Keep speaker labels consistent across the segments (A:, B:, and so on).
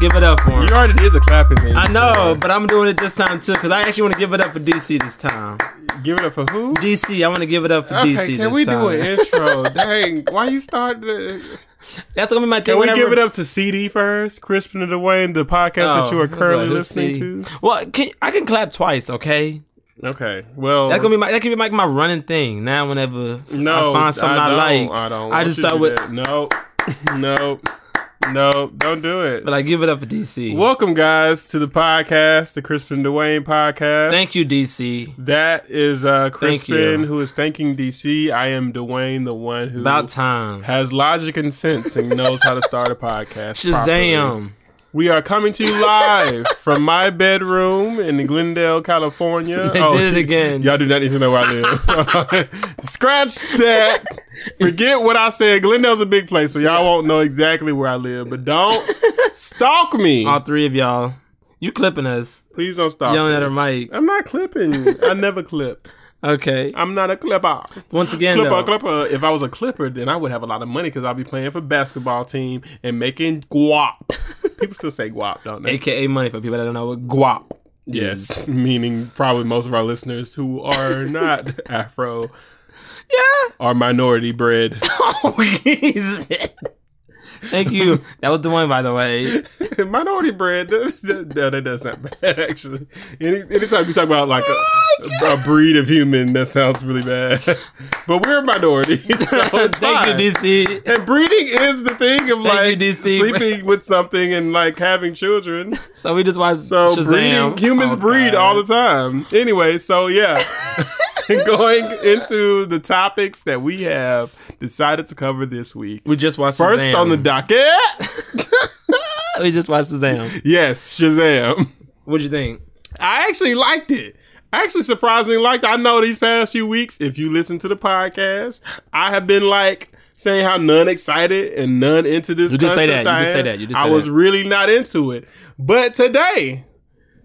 A: Give it up for him.
B: You already did the clapping thing.
A: I know,
B: before.
A: but I'm doing it this time too because I actually want to give it up for DC this time.
B: give it up for who?
A: DC, I want to give it up for
B: Okay,
A: DC
B: can
A: this
B: we
A: time.
B: do an intro? Dang, why you start? The...
A: That's gonna be my thing.
B: Can we
A: whenever-
B: give it up to CD first? Crispin and Dwayne, the podcast that you
A: Oh,
B: are currently
A: that's
B: listening
A: like,
B: to.
A: let's see. Well, can, I can clap twice, okay?
B: Okay, well,
A: That's gonna be my that can be like my running thing. Now, whenever
B: no.
A: I find something I,
B: don't,
A: like,
B: I don't.
A: I
B: want
A: just
B: you to
A: start
B: do
A: with,
B: that. no, no, no. Don't do it.
A: but I give it up for DC.
B: Welcome, guys, to the podcast, the Crispin and Dwayne podcast.
A: Thank you, DC.
B: That is uh, Crispin,
A: you.
B: who is thanking DC. I am Dwayne, the one who
A: About time.
B: has logic and sense and knows how to start a podcast. properly.
A: Shazam!
B: We are coming to you live from my bedroom in Glendale, California. Oh,
A: They did it again.
B: Y'all do not need to know where I live. Scratch that. Forget what I said. Glendale's a big place, so y'all won't know exactly where I live. But don't stalk me.
A: All three of y'all, you clipping us,
B: Please don't stalk
A: yelling at
B: me.
A: her mic.
B: I'm not clipping. I never clip.
A: Okay.
B: I'm not a clipper.
A: Once again,
B: Clipper,
A: though,
B: Clipper. If I was a Clipper, then I would have a lot of money because I'll be playing for basketball team and making guap. People still say guap, don't they?
A: aka money for people that don't know what guap.
B: yes, meaning probably most of our listeners who are not Afro
A: Yeah.
B: are minority bred.
A: Oh, Jesus. Thank you. That was the one, by the way.
B: minority bred. that- that- No, that does not bad actually. Any, anytime you talk about like
A: Oh
B: a, a breed of human, that sounds really bad. But we're a minority, so it's
A: Thank
B: fine.
A: you, DC.
B: And breeding is the thing of like
A: Thank you, DC.
B: sleeping with something and like having children.
A: So we just watched
B: So
A: Shazam.
B: breeding humans
A: Oh,
B: breed
A: God.
B: all the time. Anyway, so yeah. Going into the topics that we have decided to cover this week.
A: We just watched
B: First
A: Shazam.
B: on the docket,
A: we just watched Shazam.
B: yes, Shazam.
A: What'd you think?
B: I actually liked it. I actually surprisingly liked it. I know these past few weeks, if you listen to the podcast, I have been like saying how none excited and none into this.
A: You did say
B: concept
A: that. You
B: I
A: did say
B: am.
A: that. You did
B: I
A: say
B: was
A: that.
B: really not into it. But today,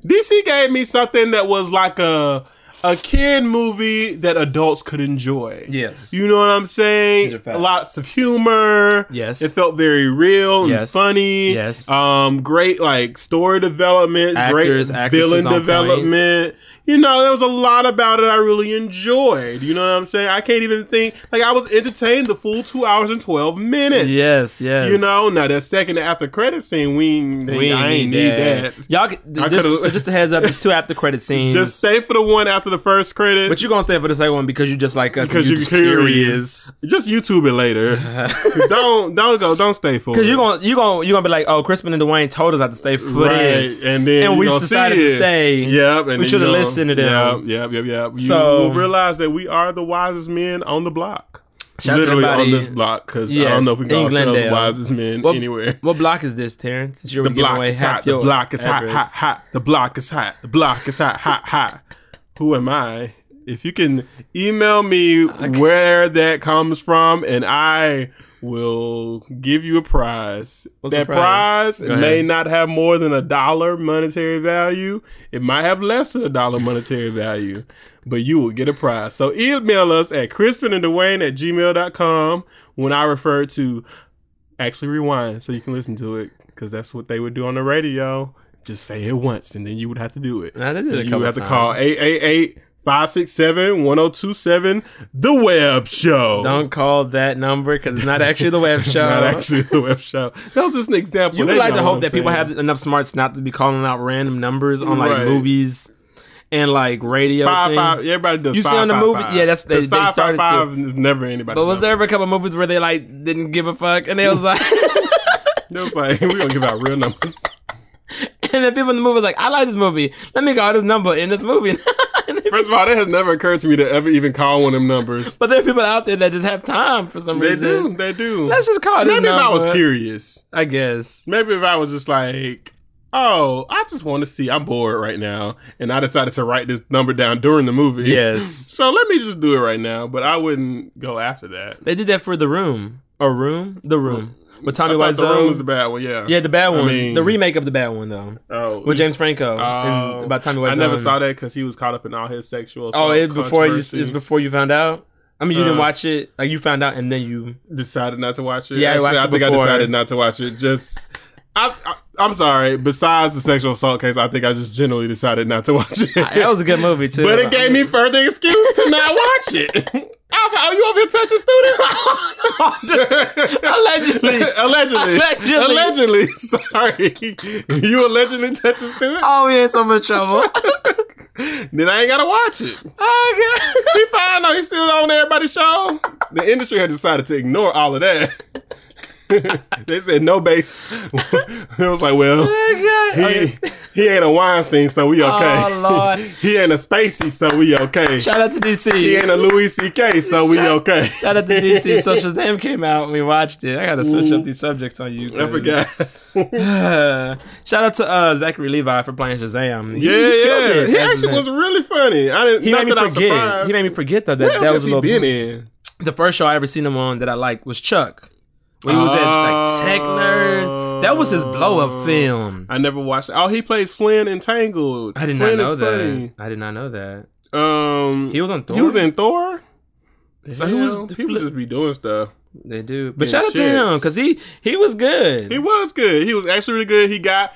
B: DC gave me something that was like a a kid movie that adults could enjoy.
A: Yes.
B: You know what I'm
A: These are
B: saying?
A: facts.
B: Lots of humor.
A: Yes.
B: It felt very real and
A: Yes.
B: funny.
A: Yes.
B: Um, great like story development,
A: Actors,
B: great
A: actresses
B: villain
A: on point.
B: development. You know, there was a lot about it I really enjoyed. You know what I'm saying? I can't even think like I was entertained the full two hours and twelve minutes.
A: Yes, yes.
B: You know, now that second after credit scene, we ain't,
A: we
B: I ain't need that.
A: Y'all, could-
B: I
A: just,
B: could've-
A: just, just a heads up, it's two after credit scenes.
B: Just stay for the one after the first credit.
A: But you're gonna stay for the second one because you just like us.
B: because
A: you
B: you're curious. Just YouTube it later. 'Cause don't don't go. Don't stay for.
A: Because
B: it.
A: you're gonna you're gonna you're gonna be like, oh, Crispin and Dwayne told us not to stay for this,
B: and then
A: and
B: you
A: we
B: gonna
A: decided
B: see
A: to
B: it.
A: stay.
B: Yep, and then
A: we
B: you
A: should have
B: gonna-
A: listened to them.
B: Yep, yep, yep, yep. You
A: So-
B: will realize that we are the wisest men on the block.
A: Shout out to
B: Literally on
A: everybody.
B: this block, because I
A: Yes,
B: don't know if we call
A: in
B: ourselves the
A: Glendale.
B: wisest men
A: What-
B: anywhere.
A: What block is this, Terrence? Since you're
B: The block is hot. The block is hot, hot, hot. The block is hot. The block is hot, hot, hot. Who am I? If you can email me where that comes from, and I will give you a prize.
A: What's
B: that
A: the prize?
B: prize,
A: Go
B: may
A: ahead.
B: not have more than a dollar monetary value. It might have less than a dollar monetary value, but you will get a prize. So email us at Crispin and Dwayne at gmail.com when I refer to actually rewind so you can listen to it because that's what they would do on the radio. Just say it once and then you would have to do it.
A: Nah, they did it a
B: you
A: couple
B: would have to call
A: times.
B: 888 567 1027 The Web Show.
A: Don't call that number because it's not actually the web show.
B: Not actually The Web Show. That was just an example.
A: You
B: They
A: would like
B: know
A: to
B: what
A: hope
B: I'm
A: that people
B: saying.
A: have enough smarts not to be calling out random numbers on like
B: Right.
A: movies and like radio.
B: Five,
A: thing.
B: five, everybody does
A: You see
B: five,
A: on the
B: five,
A: movie-
B: five.
A: yeah, that's- they-
B: 'Cause
A: they
B: five,
A: started
B: Five, five is never anybody's
A: But was there
B: number.
A: ever a couple movies where they like didn't give a fuck and they was like,
B: They was like, we don't give out real numbers.
A: and then people in the movie was like, I like this movie. Let me call this number in this movie. And they-
B: First of all, that has never occurred to me to ever even call one of them numbers.
A: but there are people out there that just have time for some
B: They
A: reason.
B: do. They do.
A: Let's just call this
B: Maybe if I was
A: number.
B: curious.
A: I guess.
B: Maybe if I was just like, oh, I just want to see, I'm bored right now, and I decided to write this number down during the movie.
A: Yes.
B: So let me just do it right now, but I wouldn't go after that.
A: They did that for the room or room, the room with Tommy
B: I thought the room was
A: Wiseau.
B: the bad one, yeah.
A: yeah, the bad one,
B: mean-
A: the remake of the bad one though,
B: Oh,
A: with James Franco
B: oh,
A: and about Tommy Wiseau.
B: I never saw that because he was caught up in all his sexual.
A: Oh,
B: assault
A: it before you,
B: controversy.
A: it's before you found out. I mean, you didn't
B: Uh.
A: watch it. Like you found out and then you.
B: decided not to watch it.
A: Yeah, I
B: Actually,
A: watched
B: I
A: it
B: think I
A: before.
B: decided not to watch it. Just I, I, I'm sorry. Besides the sexual assault case, I think I just generally decided not to watch it.
A: That was a good movie too.
B: But it gave me further excuse to not watch it. I was like, "Oh, you over here touching students?"
A: allegedly.
B: allegedly,
A: Allegedly.
B: allegedly. Sorry, you allegedly touch a student.
A: Oh, we in so much trouble.
B: Then I ain't gotta watch it.
A: oh,
B: He fine though. He's still on everybody's show. The industry had decided to ignore all of that. they said no base. it was like, well,
A: God.
B: he
A: Okay.
B: he ain't a Weinstein, so we okay.
A: Oh, Lord.
B: he ain't a Spacey, so we okay.
A: Shout out to DC.
B: he ain't a Louis C.K., so we okay.
A: Shout out to DC. So Shazam came out. and We watched it. I gotta switch up these subjects on you.
B: Mm. I forgot.
A: Shout out to uh, Zachary Levi for playing Shazam.
B: Yeah,
A: killed
B: yeah.
A: it
B: He
A: as
B: actually
A: Shazam.
B: was really funny. I didn't.
A: He
B: not
A: made me
B: that I'm
A: forget.
B: surprised.
A: He made me forget though, that
B: Where else
A: that was
B: has
A: a
B: he
A: little.
B: been in?
A: The first show I ever seen him on that I liked was Chuck. When he was at like Tech Nerd. That was his blow
B: Oh.
A: up film.
B: I never watched. Oh, he plays Flynn in Tangled.
A: I did not
B: Flynn
A: know
B: is
A: that.
B: funny.
A: I did not know that.
B: Um,
A: He was on Thor.
B: He was in Thor. So he
A: Hell,
B: was. He would just be doing stuff.
A: They do, but
B: Yeah,
A: shout out to
B: chicks.
A: him because he he was good.
B: He was good. He was actually really good. He got.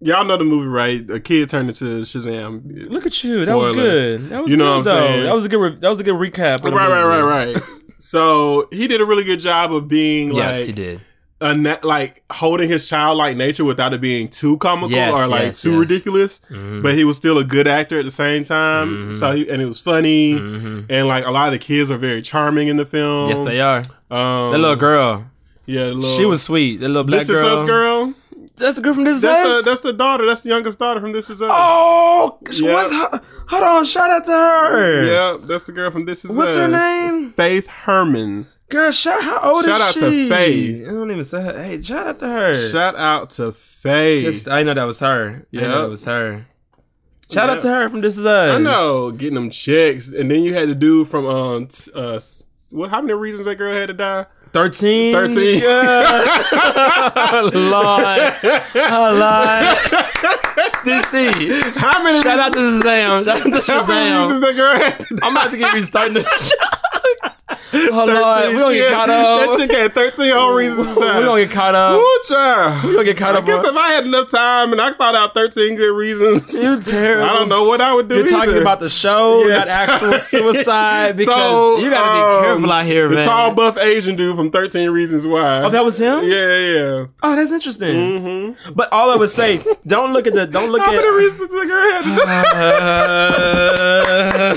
B: Y'all know the movie, right? A kid turned into Shazam.
A: Look at you. That was
B: Spoiler.
A: good. That was
B: You
A: good,
B: know what I'm
A: though.
B: saying?
A: That was a good. Re- that was a good recap. of the
B: Right, right,
A: movie.
B: right, right. so he did a really good job of being
A: Yes,
B: like
A: he did.
B: a na- like holding his childlike nature without it being too comical
A: Yes,
B: or like
A: yes,
B: too
A: yes.
B: ridiculous.
A: Mhm.
B: But he was still a good actor at the same time.
A: Mhm.
B: So he, and it was funny.
A: Mhm.
B: And like a lot of the kids are very charming in the film.
A: Yes, they are.
B: Um,
A: That little girl,
B: Yeah, the little,
A: she was sweet. That little black
B: This Is
A: girl.
B: Us girl.
A: That's the girl from This Is
B: That's
A: Us.
B: the, that's the daughter. That's the youngest daughter from This Is Us.
A: oh,
B: Yeah.
A: what's her- hold on. Shout out to her.
B: yeah, that's the girl from This Is
A: What's
B: Us.
A: her name?
B: Faith Herman.
A: Girl, shout how old
B: Shout
A: is
B: out to
A: she?
B: Faye.
A: I don't even say her. Hey, shout out to her.
B: Shout out to Faith.
A: Just- I know that was her. I
B: Yeah.
A: know that was her. Shout
B: Yeah.
A: out to her from This Is Us.
B: I know, getting them checks, and then you had the dude from um, t- uh, s- what? How many reasons that girl had to die?
A: 13?
B: 13.
A: Yeah. Lord. Oh, Lord. DC.
B: How many?
A: Shout
B: reasons,
A: out to Shazam. Shout out to
B: how many reasons
A: Shazam.
B: that girl had to die?
A: I'm about to get restarting the show. Oh, Lord.
B: 13.
A: We don't
B: She
A: get
B: had-
A: caught up.
B: That chick had thirteen whole reasons to
A: We
B: die.
A: don't get caught up.
B: Ooh, child.
A: We don't get caught
B: I
A: up.
B: guess
A: on-
B: if I had enough time and I thought out 13 good reasons,
A: You terrible.
B: I don't know what I would do.
A: You're talking
B: either.
A: about the show,
B: Yes.
A: not actual suicide, because
B: So,
A: you gotta be
B: um,
A: careful out here,
B: the
A: man.
B: tall, buff Asian dude from 13 Reasons Why.
A: oh, that was him.
B: Yeah, yeah.
A: Oh, that's interesting.
B: Mm-hmm.
A: But all I would say, don't look at the, don't look
B: How many
A: at.
B: reasons that girl had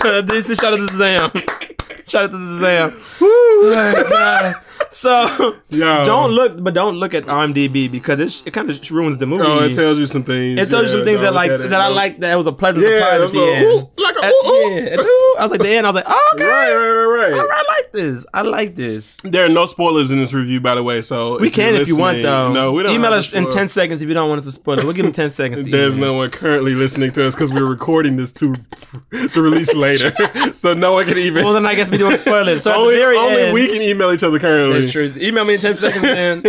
B: to die?
A: Uh, this is shout out to Zam. Shout out to Zam.
B: Woo.
A: So
B: Yo.
A: don't look, but don't look at IMDb because it's, it kind of ruins the movie.
B: Oh, it
A: it,
B: tells you some things.
A: tells you
B: Yeah,
A: some things that
B: don't
A: like
B: look at it,
A: that I
B: no.
A: like that it was a pleasant
B: Yeah,
A: surprise at
B: that's
A: the
B: like,
A: end.
B: ooh, like a
A: At-
B: ooh, ooh.
A: yeah, at the ooh, I was like the end. I was like, oh, okay,
B: Right, right, right,
A: All
B: right.
A: right, I like this. I like this.
B: There are no spoilers in this review, by the way. So
A: We can if you want though.
B: No, we don't.
A: Email
B: have
A: us
B: to
A: in
B: spoil.
A: ten seconds if you don't want us to spoil it. We'll give them ten seconds. To
B: There's
A: email.
B: no one currently listening to us because we're recording this to to release later, so no one can even.
A: Well, then I guess we don't spoil it. So at
B: only
A: the very
B: only
A: end,
B: we can email each other currently.
A: That's true. Email me in 10 seconds, man.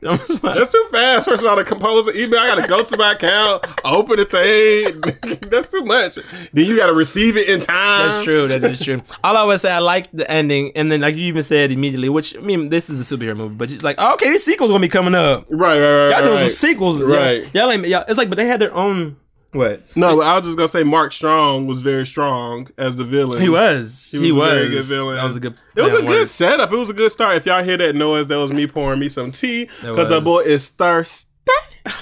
A: Don't respond.
B: That's too fast. First of all, to compose an email, I gotta go to my account, open the thing. That's too much. Then you gotta receive it in time.
A: That's true. That is true. All I would say, I like the ending, and then like you even said immediately, which I mean, this is a superhero movie, but it's like, oh, okay, these sequels gonna be coming up.
B: Right, right, right.
A: Y'all doing some
B: right.
A: sequels, y'all.
B: Right.
A: Y'all, ain't, y'all, it's like, but they had their own. What
B: No, I was just gonna say Mark Strong was very strong as the villain.
A: he was, he was,
B: He was a very good villain.
A: That was a good.
B: It was
A: that
B: a good setup. It was a good start. If y'all hear that noise, that was me pouring me some tea because our boy
A: was.
B: is thirsty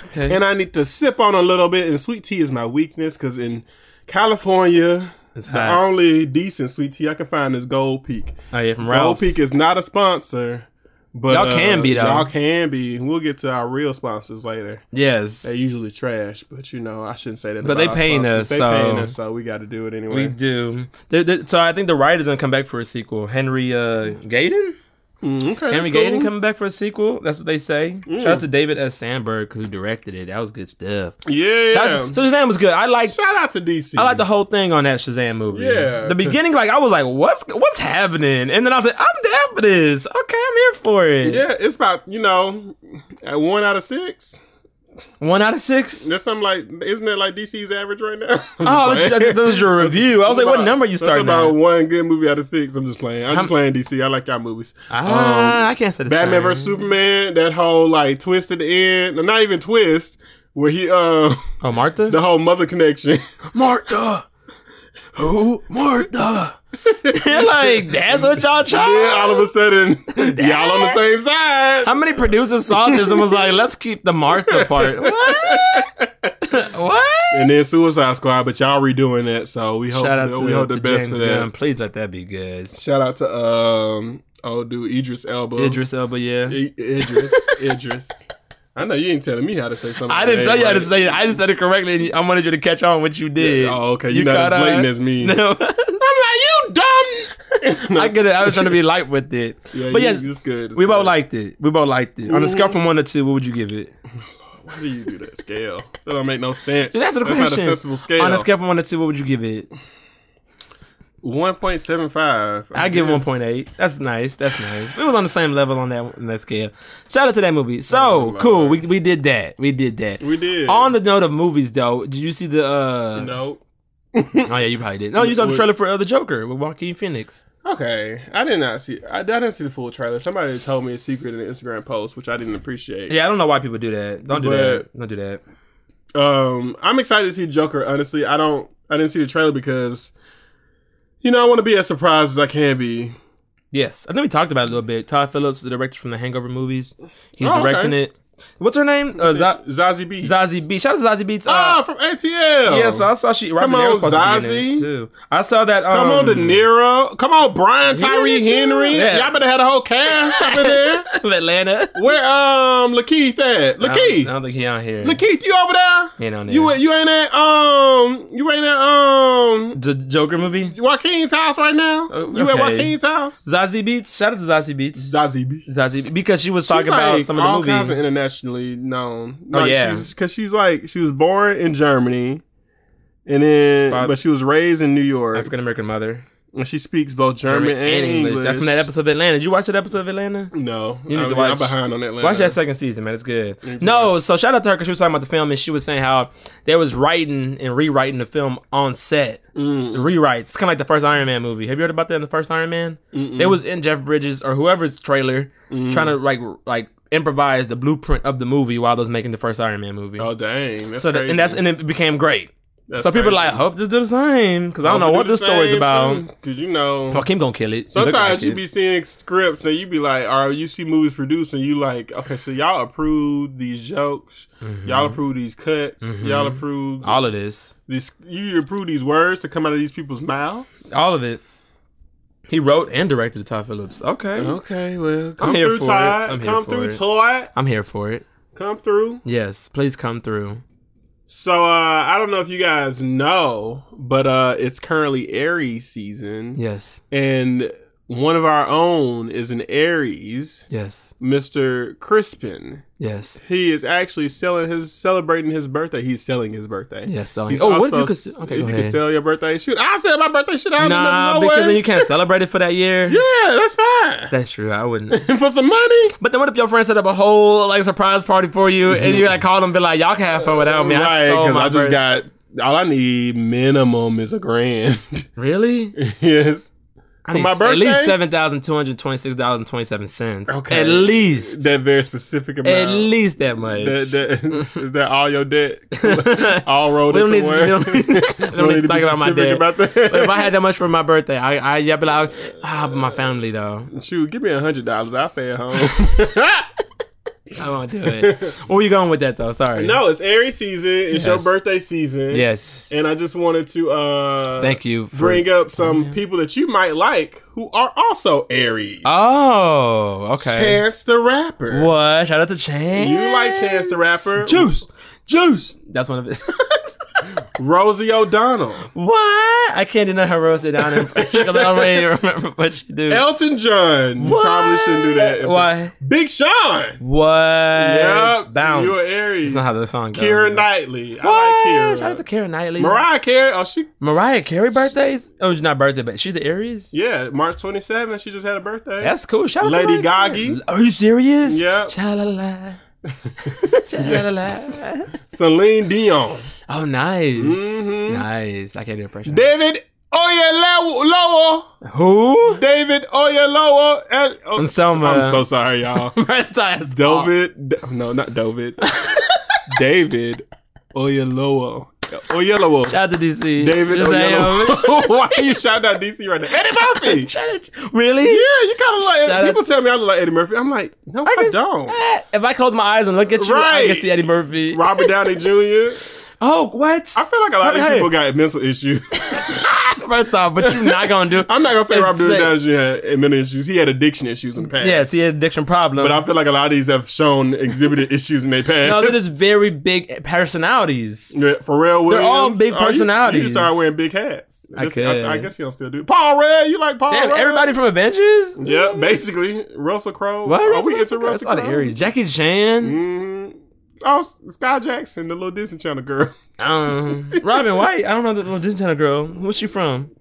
A: Okay.
B: and I need to sip on a little bit. And sweet tea is my weakness because in California,
A: It's
B: the
A: hot.
B: only decent sweet tea I can find is Gold Peak.
A: Oh yeah, from
B: Gold
A: Ralph's.
B: Peak is not a sponsor, but
A: Y'all
B: uh,
A: can be, though.
B: Y'all can be. We'll get to our real sponsors later.
A: yes,
B: They usually trash, but you know I shouldn't say that.
A: But
B: about
A: they
B: our
A: paying
B: sponsors.
A: us,
B: They paying
A: so-
B: us, so we got to do it anyway.
A: we do. They- they- so I think the writer's gonna come back for a sequel. Henry uh, Gayden.
B: Mm, okay,
A: Henry
B: that's
A: Gayden
B: cool. Mm.
A: coming back for a sequel. That's what they say. Shout out to David S. Sandberg who directed it. That was good stuff.
B: Yeah.
A: Shout out to- so Shazam was good. I like
B: Shout out to DC.
A: I like the whole thing on that Shazam movie.
B: Yeah.
A: the beginning, like I was like, what's what's happening? And then I was like, I'm down for this. Okay, I'm here for it.
B: Yeah, it's about you know, at one out of six.
A: One out of six.
B: That's something like, isn't that like DC's average right now?
A: Oh, that's, that's, that's your review. I was like, what number you
B: That's
A: starting
B: about
A: at?
B: one good movie out of six. I'm just playing. I'm just playing DC. I like y'all movies. Um,
A: Ah, I can't say the
B: Batman
A: same.
B: versus Superman. That whole like twist at the end. Not even twist. Where he uh
A: Oh, Martha.
B: the whole mother connection.
A: Martha. Who? Martha. You're like, that's what y'all
B: then
A: trying.
B: all of a sudden, y'all on the same side.
A: How many producers saw this and was like, let's keep the Martha part? What? what?
B: and then Suicide Squad, but y'all redoing that. So we hope
A: Shout out to,
B: we hope the
A: to
B: best
A: James
B: for that.
A: Gunn. Please let that be good.
B: Shout out to um old dude Idris Elba.
A: Idris Elba, yeah.
B: I- Idris. Idris. I know you ain't telling me how to say something.
A: I didn't tell you how to say it. I just said it correctly. And I wanted you to catch on what you did.
B: Oh, okay. You're not
A: caught
B: as blatant
A: on?
B: as me.
A: No.
B: I'm like, you dumb.
A: I get it. I was trying to be light with it.
B: Yeah,
A: but
B: you-
A: yes,
B: it's good. It's
A: we both
B: good.
A: liked it. We both liked it. On a scale from one to two, what would you give it?
B: Why do you do that scale? That don't make no sense.
A: Just answer the
B: That's
A: question.
B: not a sensible scale.
A: On a scale from one to two, what would you give it?
B: one point seven five.
A: I give one point eight. That's nice. That's nice. We was on the same level on that on that scale. Shout out to that movie. So
B: Lord.
A: cool. We, we did that. We did that.
B: We did.
A: On the note of movies, though, did you see the? uh
B: no.
A: Oh yeah, you probably did. No, you saw the
B: What-
A: trailer for uh, the Joker with Joaquin Phoenix.
B: Okay, I did not see. I, I didn't see the full trailer. Somebody told me a secret in an Instagram post, which I didn't appreciate.
A: Yeah, I don't know why people do that. Don't do
B: But-
A: that. Don't do that.
B: Um, I'm excited to see Joker. Honestly, I don't. I didn't see the trailer because, you know, I want to be as surprised as I can be.
A: Yes, I think we talked about it a little bit. Todd Phillips, the director from the Hangover movies, he's
B: Oh, okay.
A: directing it. What's her name? Uh, Z-
B: Zazie B.
A: Zazie Beats. Shout out to Zazie Beats. Uh,
B: ah, from ATL.
A: yeah, so I saw she. Robert
B: Come
A: De Niro's
B: on,
A: supposed to be in it,
B: Zazie.
A: too. I saw that. Um,
B: Come on, De Niro. Come on, Brian
A: in it
B: Tyree
A: too?
B: Henry.
A: Yeah.
B: Y'all better have the whole cast up in there.
A: of Atlanta.
B: Where um Lakeith at?
A: I don't, I
B: Lakeith.
A: don't think he out here.
B: Lakeith, you over there?
A: He ain't on there.
B: You you ain't at um you ain't at um
A: the Joker movie.
B: Joaquin's house right now?
A: Oh,
B: You at
A: okay.
B: Joaquin's house?
A: Zazie Beats. Shout out to Zazie Beats.
B: Zazie B.
A: Zazie because she was
B: She's
A: talking about
B: like
A: some
B: all
A: of the
B: kinds of
A: movies.
B: internationally known.
A: Oh,
B: Like,
A: yeah.
B: she's, cause she's like she was born in Germany, and then
A: Five-
B: but she was raised in New York,
A: African American mother,
B: and she speaks both German,
A: German and English. That's from that episode of Atlanta. Did you watch that episode of Atlanta?
B: No,
A: You need
B: I
A: to
B: mean, I'm
A: watch-
B: behind on Atlanta.
A: Watch that second season, man. It's good.
B: to
A: No, so shout out to her because she was talking about the film and she was saying how they was writing and rewriting the film on set. The
B: Mm,
A: rewrites. It's kind of like the first Iron Man movie. Have you heard about that in the first Iron Man? They was in Jeff Bridges or whoever's trailer
B: Mm-hmm.
A: trying to like like improvise the blueprint of the movie while they was making the first Iron Man movie.
B: oh dang! That's
A: so that,
B: crazy.
A: and that's and it became great.
B: That's
A: so people
B: crazy.
A: like hope this do the same because I don't know what this story's about.
B: Because you know,
A: Joaquin gonna kill it. He look
B: sometimes
A: like
B: you
A: it.
B: be seeing scripts and you be like, or you see movies produced and you like, okay, so y'all approve these jokes, y'all approve these cuts, y'all approve
A: Mm-hmm. all of this,
B: these, you approve these words to come out of these people's mouths.
A: all of it. He wrote and directed the Todd Phillips. Okay,
B: Uh-huh. Okay, well, come
A: here
B: through,
A: for it.
B: Todd.
A: I'm here
B: come
A: for
B: through,
A: it.
B: Todd.
A: I'm here for it.
B: Come through.
A: Yes, please come through.
B: So uh, I don't know if you guys know, but uh, it's currently Aries season.
A: Yes,
B: and one of our own is an Aries,
A: yes,
B: Mr. Crispin.
A: yes,
B: He is actually selling his celebrating his birthday. He's selling his birthday.
A: yes. so-
B: He's
A: oh, what if
B: also-
A: you could? s- Okay,
B: if
A: go
B: you
A: ahead.
B: could sell your birthday, shoot, I sell my birthday shit out
A: nah,
B: of no
A: because then
B: way.
A: you can't celebrate it for that year.
B: yeah, that's fine.
A: That's true. I wouldn't.
B: For some money,
A: But then what if your friend set up a whole like surprise party for you and you like call them and be like, y'all can have fun without me. Oh, I
B: right?
A: sold
B: Because
A: my
B: I just
A: bird-
B: got all I need minimum is a grand.
A: really.
B: yes,
A: I need
B: my
A: s- at least
B: birthday?
A: seven thousand two hundred twenty-six dollars and twenty-seven cents.
B: Okay.
A: at least
B: that very specific amount.
A: at least that much.
B: That, that, is that all your debt? all rolled
A: We don't
B: into
A: need to-
B: one.
A: we don't need- we don't need to talk about my debt. but if I had that much for my birthday, I I yeah, but I ah, but my family though,
B: Shoot, give me a hundred dollars. I'll stay at home.
A: I won't do it. Where you going with that though? Sorry.
B: no, it's Aries season. It's your
A: Yes.
B: birthday season.
A: Yes.
B: And I just wanted to uh
A: Thank you. For,
B: bring up some people that you might like who are also Aries.
A: Oh, okay.
B: Chance the rapper.
A: What? Shout out to Chance.
B: You like Chance the Rapper.
A: Juice, juice. That's one of it.
B: Rosie O'Donnell.
A: what? I can't deny her roasted down impression 'cause I don't really remember what she do.
B: Elton John. You
A: What?
B: probably shouldn't do that.
A: Why?
B: Big Sean.
A: What?
B: Yep,
A: Bounce.
B: you're Aries.
A: That's not how the song goes.
B: Kira Knightley.
A: What?
B: I like Kira.
A: Shout out to Kira Knightley.
B: Mariah Carey. Oh, she
A: Mariah Carey birthdays? Oh, it's not birthday, but she's an Aries.
B: yeah, March 27th. She just had a birthday.
A: That's cool. Shout out
B: Lady
A: to Mariah Carey.
B: Gaga.
A: Are you serious?
B: Yep.
A: Cha-la-la.
B: Celine Dion,
A: Oh, nice,
B: Mhm.
A: nice. I can't do impression.
B: David Oyelowo,
A: Who?
B: David Oyelowo. El- oh,
A: I'm Selma. Oh.
B: I'm so sorry, y'all.
A: Rest eyes.
B: David, D- no, not David. David Oyelowo, Oyelowo.
A: Shout out to DC.
B: David
A: Just saying.
B: Oyelowo. Why are you shouting out DC right now? Eddie Murphy.
A: Shout out- Really?
B: Yeah, you kind of like
A: Shout out-
B: people tell me I look like Eddie Murphy. I'm like, no, I,
A: just-
B: don't.
A: Eh, If I close my eyes and look at you, I can
B: Right.
A: see Eddie Murphy.
B: Robert Downey Jr.
A: Oh, what?
B: I feel like a lot of these
A: Hey.
B: people got mental issues.
A: First off, but you're not gonna do.
B: I'm not gonna say
A: It's
B: Robert Downey
A: sick.
B: Jr. had mental issues. He had addiction issues in the past.
A: Yes, he had addiction problem.
B: but I feel like a lot of these have shown exhibited issues in their past.
A: no, they're just very big personalities.
B: Yeah, Pharrell Williams.
A: all big
B: Oh, you-
A: personalities.
B: You, start wearing big hats.
A: I
B: This-
A: could.
B: I, guess you don't still do. Paul Red, you like Paul
A: Damn,
B: Rudd?
A: everybody from Avengers.
B: Yeah, basically Russell Crowe.
A: What?
B: Are we into
A: That's
B: Russell
A: a lot
B: Crowe?
A: of Aries. Jackie Chan.
B: Mhm. Oh, Sky Jackson, the little Disney Channel girl.
A: Um, Robin White. I don't know the little Disney Channel girl. Where's she from?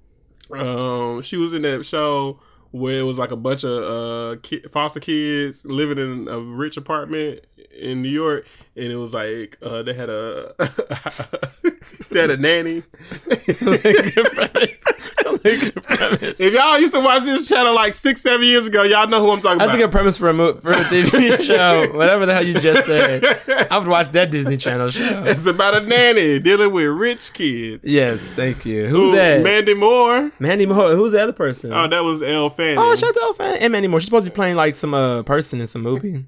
B: Um, she was in that show where it was like a bunch of uh ki- foster kids living in a rich apartment in New York, and it was like uh they had a they had a nanny.
A: I
B: If y'all used to watch this channel like six seven years ago, y'all know who I'm talking
A: think a premise for a mo- for a TV show, whatever the hell you just said.
B: about.
A: I would watch that Disney Channel show.
B: it's about a nanny dealing with rich kids.
A: Yes, thank you.
B: Who-
A: Who's that?
B: Mandy Moore.
A: Mandy Moore. Who's the other person?
B: Oh,
A: Oh,
B: that was Elle Fanning.
A: shut the fan. And Mandy Moore. She's supposed to be playing like some uh, person in some movie.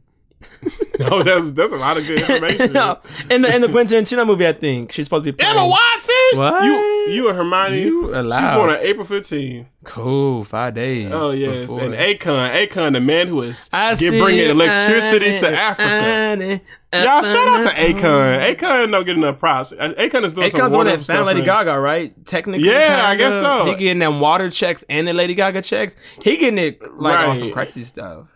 B: oh, that's that's a lot of good information.
A: no, in the in the Quentin Tarantino movie, I think she's supposed to be playing.
B: Emma Watson.
A: What?
B: You you and Hermione.
A: You
B: She's
A: allowed.
B: born on April 15th.
A: Cool. Five days.
B: Oh yes,
A: before.
B: and Akon, Akon, the man who is
A: I
B: get
A: see Uh,
B: bringing
A: you,
B: electricity
A: Annie,
B: to Africa.
A: Annie,
B: Y'all shout out to
A: Annie.
B: Akon. Akon don't get enough props. Akon is doing
A: It
B: some
A: comes when
B: wonderful
A: that found
B: stuff.
A: Lady
B: man.
A: Gaga, right? Technically,
B: Yeah, I guess so.
A: He getting them water checks and the Lady Gaga checks. He getting it like on
B: Right.
A: some crazy stuff.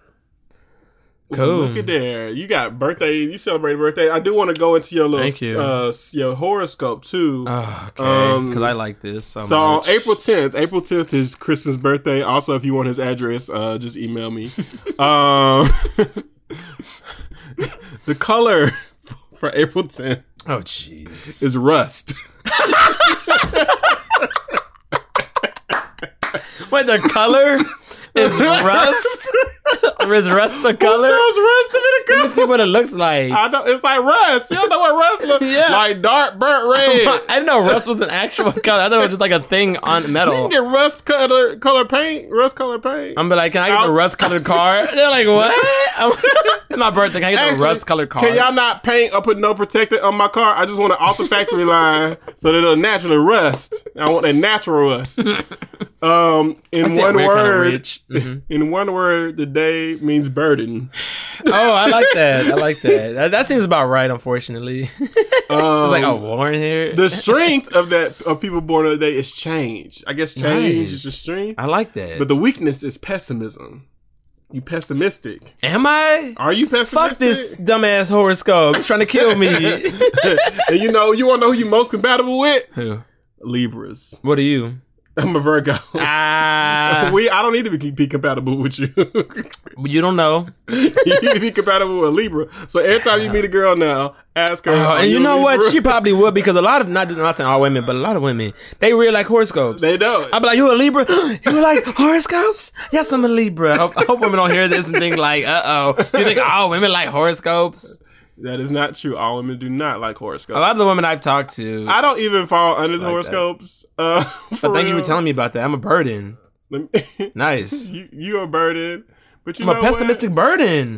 A: Cool.
B: Look at there. You got birthday. You celebrating birthday. I do want to go into your little
A: Thank you.
B: Uh, s- your horoscope too.
A: Oh, okay,
B: Um,
A: because I like this so,
B: So on
A: much.
B: April 10th, April 10th is Christmas birthday. Also, if you want his address, uh, just email me. um, the color for April 10th
A: oh, jeez.
B: is rust.
A: Wait, the color is rust. or is rust the
B: Who
A: color?
B: chose rust to be the
A: Let's
B: color?
A: see what it looks like.
B: I know it's like rust. You don't know what rust looks
A: Yeah.
B: like. Dark burnt red.
A: I didn't know rust was an actual color. I thought it was just like a thing on
B: You
A: metal.
B: can get rust color color paint. Rust color paint.
A: I'm be like, can I get the
B: I'll-
A: rust colored car? They're like, what? I'm- my birthday, can I get the
B: Actually,
A: rust colored car?
B: Can y'all not paint or put no protectant on my car? I just want it off the factory line so that it'll naturally rust. I want that natural rust. Um, in
A: That weird
B: one
A: kinda
B: word,
A: rich. Mhm.
B: in one word, the day means burden.
A: oh, I like that. I like that. That, that seems about right. Unfortunately, it's
B: Um,
A: like oh, a warren here.
B: the strength of that of people born on the day is change. I guess change is the
A: Nice.
B: strength,
A: I like that.
B: but the weakness is pessimism. You pessimistic?
A: Am I?
B: Are you pessimistic?
A: Fuck this dumbass horoscope. It's trying to kill me.
B: and you know you want to know who you most compatible with?
A: Who?
B: Libras.
A: What are you?
B: I'm a Virgo.
A: Ah,
B: we I don't need to be, be compatible with you. you
A: you don't know.
B: need to be compatible with Libra. So every time you meet a girl now, ask her.
A: Oh,
B: "Are
A: and you
B: a
A: know what?
B: Libra?"
A: She probably would because a lot of not not saying all women, but a lot of women they really like horoscopes.
B: They don't.
A: I'm like, you a Libra? You like horoscopes? Yes, I'm a Libra. I hope, I hope women don't hear this and think like, uh oh. You think all women like horoscopes?
B: that is not true. All women do not like horoscopes.
A: A lot of the women I've talked to.
B: I don't even fall under the
A: that.
B: horoscopes. Uh,
A: but thank you for telling me about that. I'm a burden.
B: telling.
A: Nice.
B: you you a burden, but you
A: I'm a
B: know
A: pessimistic burden.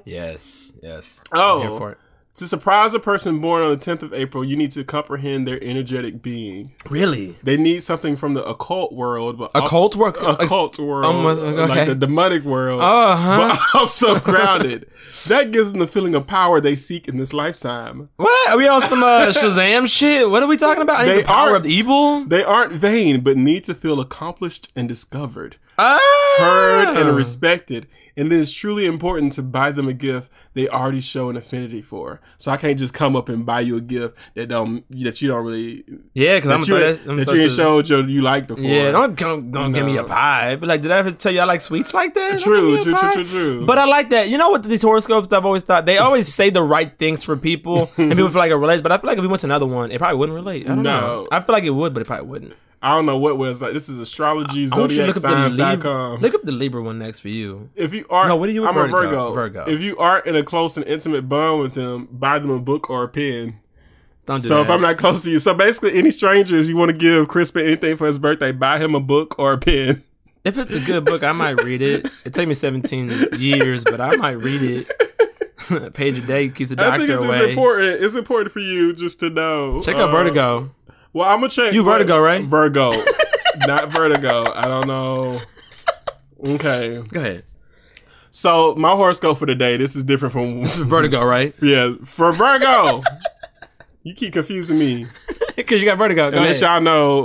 B: hmm
A: Yes. Yes.
B: Oh.
A: I'm here for it.
B: To surprise a person born on the 10th of April, you need to comprehend their energetic being.
A: really?
B: They need something from the occult world, but
A: Occult
B: also,
A: world?
B: occult world, uh,
A: almost-
B: like
A: okay.
B: the demonic world.
A: Uh huh.
B: but also grounded. That gives them the feeling of power they seek in this lifetime.
A: What? Are we on some uh, Shazam shit? What are we talking about? I need
B: They
A: the power
B: are-
A: of evil.
B: They aren't vain, but need to feel accomplished and discovered,
A: Ah.
B: heard and respected. and it is truly important to buy them a gift they already show an affinity for. So I can't just come up and buy you a gift that don't that you don't really
A: Yeah, because I'm
B: that you
A: gonna
B: ain't,
A: throw that.
B: that you ain't showed you, you like before.
A: Yeah, don't don't, don't give me a
B: No.
A: pie. But like, did I ever tell you I like sweets like that? Don't give me
B: true,
A: a
B: true,
A: pie.
B: true, true, true.
A: But I like that. You know what these horoscopes I've always thought? They always say the right things for people and people feel like it relates. But I feel like if we went to another one, it probably wouldn't relate. I don't know.
B: No.
A: I feel like it would, but it probably wouldn't.
B: I don't know what website. This is astrology
A: I want you to
B: zodiac
A: look up the Libra.
B: signs.com.
A: Look up the Libra one next for you.
B: If you are
A: No, what are you a
B: I'm
A: Virgo?
B: a Virgo.
A: Virgo.
B: If you aren't in a close and intimate bond with them, buy them a book or a pen.
A: Don't do
B: So
A: that.
B: if I'm not close to you, so basically any strangers you want to give Crispin anything for his birthday, buy him a book or a pen.
A: if it's a good book, I might read it. It took me 17 years, but I might read it. Page a day keeps the
B: I
A: doctor
B: think it's just
A: away.
B: important. It's important for you just to know.
A: Check out
B: uh,
A: Vertigo.
B: Well, I'm gonna check.
A: You
B: but-
A: Vertigo, right?
B: Virgo, not Vertigo. I don't know. Okay,
A: Go ahead.
B: so my horoscope for the day. This is different from
A: Vertigo, right?
B: yeah for Virgo. you keep confusing me.
A: Because you got vertigo. Go
B: Unless
A: ahead.
B: y'all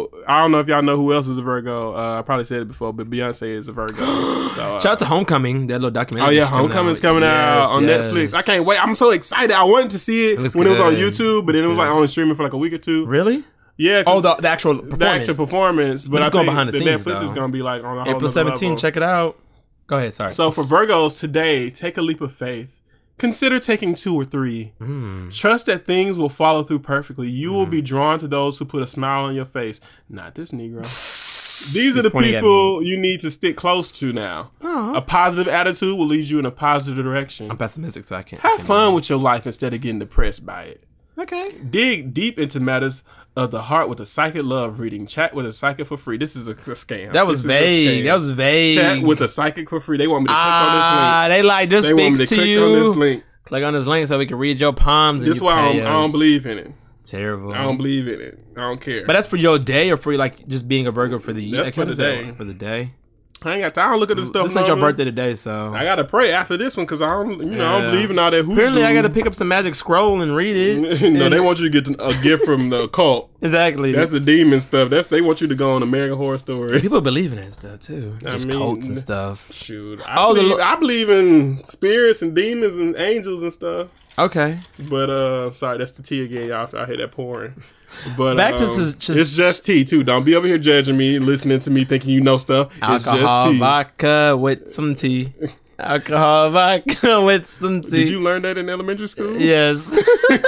B: know, I don't know if y'all know who else is a Virgo. Uh, I probably said it before, but Beyonce is a Virgo. So, uh,
A: Shout out to Homecoming, that little documentary.
B: oh yeah,
A: that's
B: Homecoming's coming out,
A: Yes,
B: on
A: yes.
B: Netflix. I can't wait. I'm so excited. I wanted to see it,
A: It looks
B: when it was on
A: good.
B: YouTube, but then it was
A: good.
B: like on streaming for like a week or two.
A: Really?
B: Yeah, 'cause
A: Oh, the, the actual performance.
B: the actual performance. Oh, But
A: It's
B: I
A: going
B: think
A: behind the
B: the
A: scenes,
B: Netflix is
A: though.
B: going to be like on a whole
A: April
B: nother
A: 17.
B: level.
A: Check it out. Go ahead. Sorry.
B: So for Virgos today, take a leap of faith. Consider taking two or three.
A: Mm.
B: Trust that things will follow through perfectly. You will
A: Hmm.
B: be drawn to those who put a smile on your face. Not this Negro. These
A: These
B: are the people you need to stick close to now. A positive attitude will lead you in a positive direction.
A: I'm pessimistic, so I can't.
B: Have fun with your life instead of getting depressed by it.
A: Okay.
B: Dig deep into matters of the heart with a psychic love reading. Chat with a psychic for free. This is a, a scam.
A: That was
B: This is a
A: vague.
B: scam.
A: That was vague.
B: Chat with a psychic for free. They want me to click
A: Ah, they like this
B: on this link. They want
A: speaks
B: me
A: to,
B: to, click
A: you.
B: on this link.
A: Click on this link so we can read your palms. and
B: This is
A: you
B: why I
A: pay
B: don't, I don't
A: us.
B: believe in it.
A: Terrible.
B: I don't believe in it. I don't care.
A: but that's for your day or for like just being a Virgo for the year.
B: That's
A: Like,
B: for
A: what
B: the
A: is that
B: day.
A: one? For the day.
B: I ain't got time. I don't look at this stuff.
A: This ain't your
B: mama.
A: birthday today, so
B: I gotta pray after this one because I don't, you know, I
A: Yeah.
B: don't believe in all that. Who's
A: Apparently, I got to pick up some magic scroll and read it.
B: no, they want you to get a gift from the cult.
A: Exactly.
B: That's the demon stuff. That's they want you to go on American Horror Story.
A: People believe in that stuff too. Just
B: mean-
A: cults and stuff.
B: Shoot, I,
A: Oh, the
B: believe,
A: lo-
B: I believe in spirits and demons and angels and stuff.
A: Okay.
B: But uh, sorry, that's the tea again, y'all. I hear that pouring. But
A: Back to
B: um,
A: this- just-
B: it's just tea too. Don't be over here judging me, listening to me, thinking you know stuff. It's just
A: Alcohol
B: tea.
A: vodka with some tea. Alcohol vodka with some tea.
B: Did you learn that in elementary school?
A: Yes.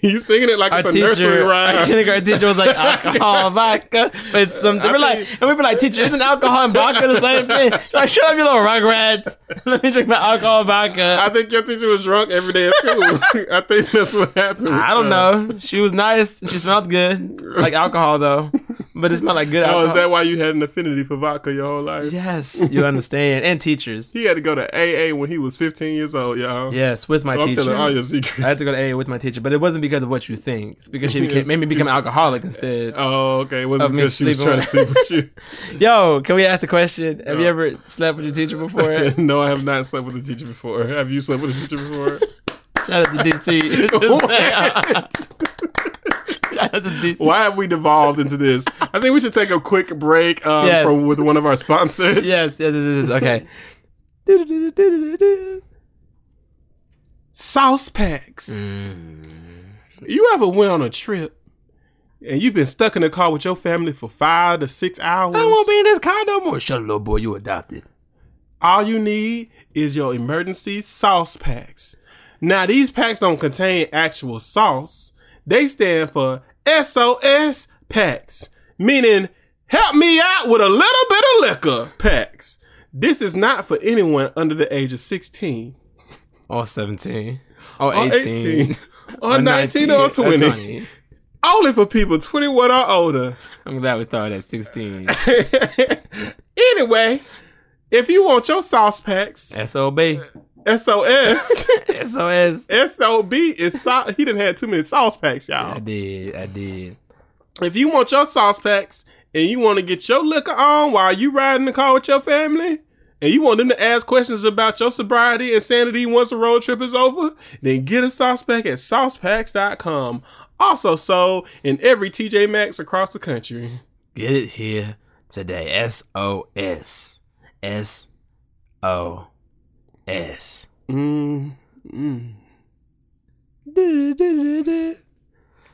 B: you singing it like
A: Our
B: it's a nursery
A: teacher, our
B: rhyme.
A: kindergarten teacher was like alcohol vodka with something. We're like,
B: think-
A: and we were like, teacher, isn't alcohol and vodka the same thing? She's Like, shut up, you little rugrats. Let me drink my alcohol vodka.
B: I think your teacher was drunk every day at school. I think that's what happened. with
A: I don't
B: her.
A: know. She was nice. She smelled good, like alcohol though, but it smelled like good
B: Oh,
A: alcohol.
B: is that why you had an affinity for vodka your whole life?
A: Yes, you understand. And teachers.
B: He had to go to AA when he was 15 years old, y'all.
A: Yes, with my
B: Oh, I'm
A: teacher.
B: telling all your
A: I had
B: secrets.
A: to go to AA with my teacher, but it wasn't because of what you think. It's because she became,
B: Yes.
A: made me become an alcoholic instead.
B: Oh, okay. It
A: Of
B: wasn't
A: me
B: because she was
A: sleeping
B: trying to sleep with you.
A: Yo, can we ask a question? Have you
B: Oh.
A: ever slept with your teacher before?
B: no, I have not slept with a teacher before. Have you slept with a teacher before?
A: Shout out to DC. Just saying. Shout out to DC.
B: Why have we devolved into this? I think we should take a quick break um,
A: Yes.
B: from with one of our sponsors.
A: Yes, yes, yes, yes. Okay.
B: Sauce packs. Mm. You ever went on a trip and you've been stuck in a car with your family for five to six hours?
A: I won't be in this car no more. Shut up, little boy. You adopted.
B: All you need is your emergency sauce packs. Now, these packs don't contain actual sauce, they stand for SOS packs, meaning help me out with a little bit of liquor packs. This is not for anyone under the age of 16
A: All 17. All
B: or
A: 18.
B: 18 or,
A: Or
B: 19 or 20. Only for people 21 or older.
A: I'm glad we started at 16.
B: anyway, if you want your sauce packs,
A: SOB.
B: SOS.
A: SOS.
B: SOB is so- he didn't had too many sauce packs,
A: I
B: y'all.
A: did. I did.
B: If you want your sauce packs and you want to get your liquor on while you riding the car with your family, and you want them to ask questions about your sobriety and sanity once the road trip is over, then get a sauce pack at saucepacks.com. Also sold in every TJ Maxx across the country.
A: Get it here today. SOS. S O ass.
B: Mm, mm.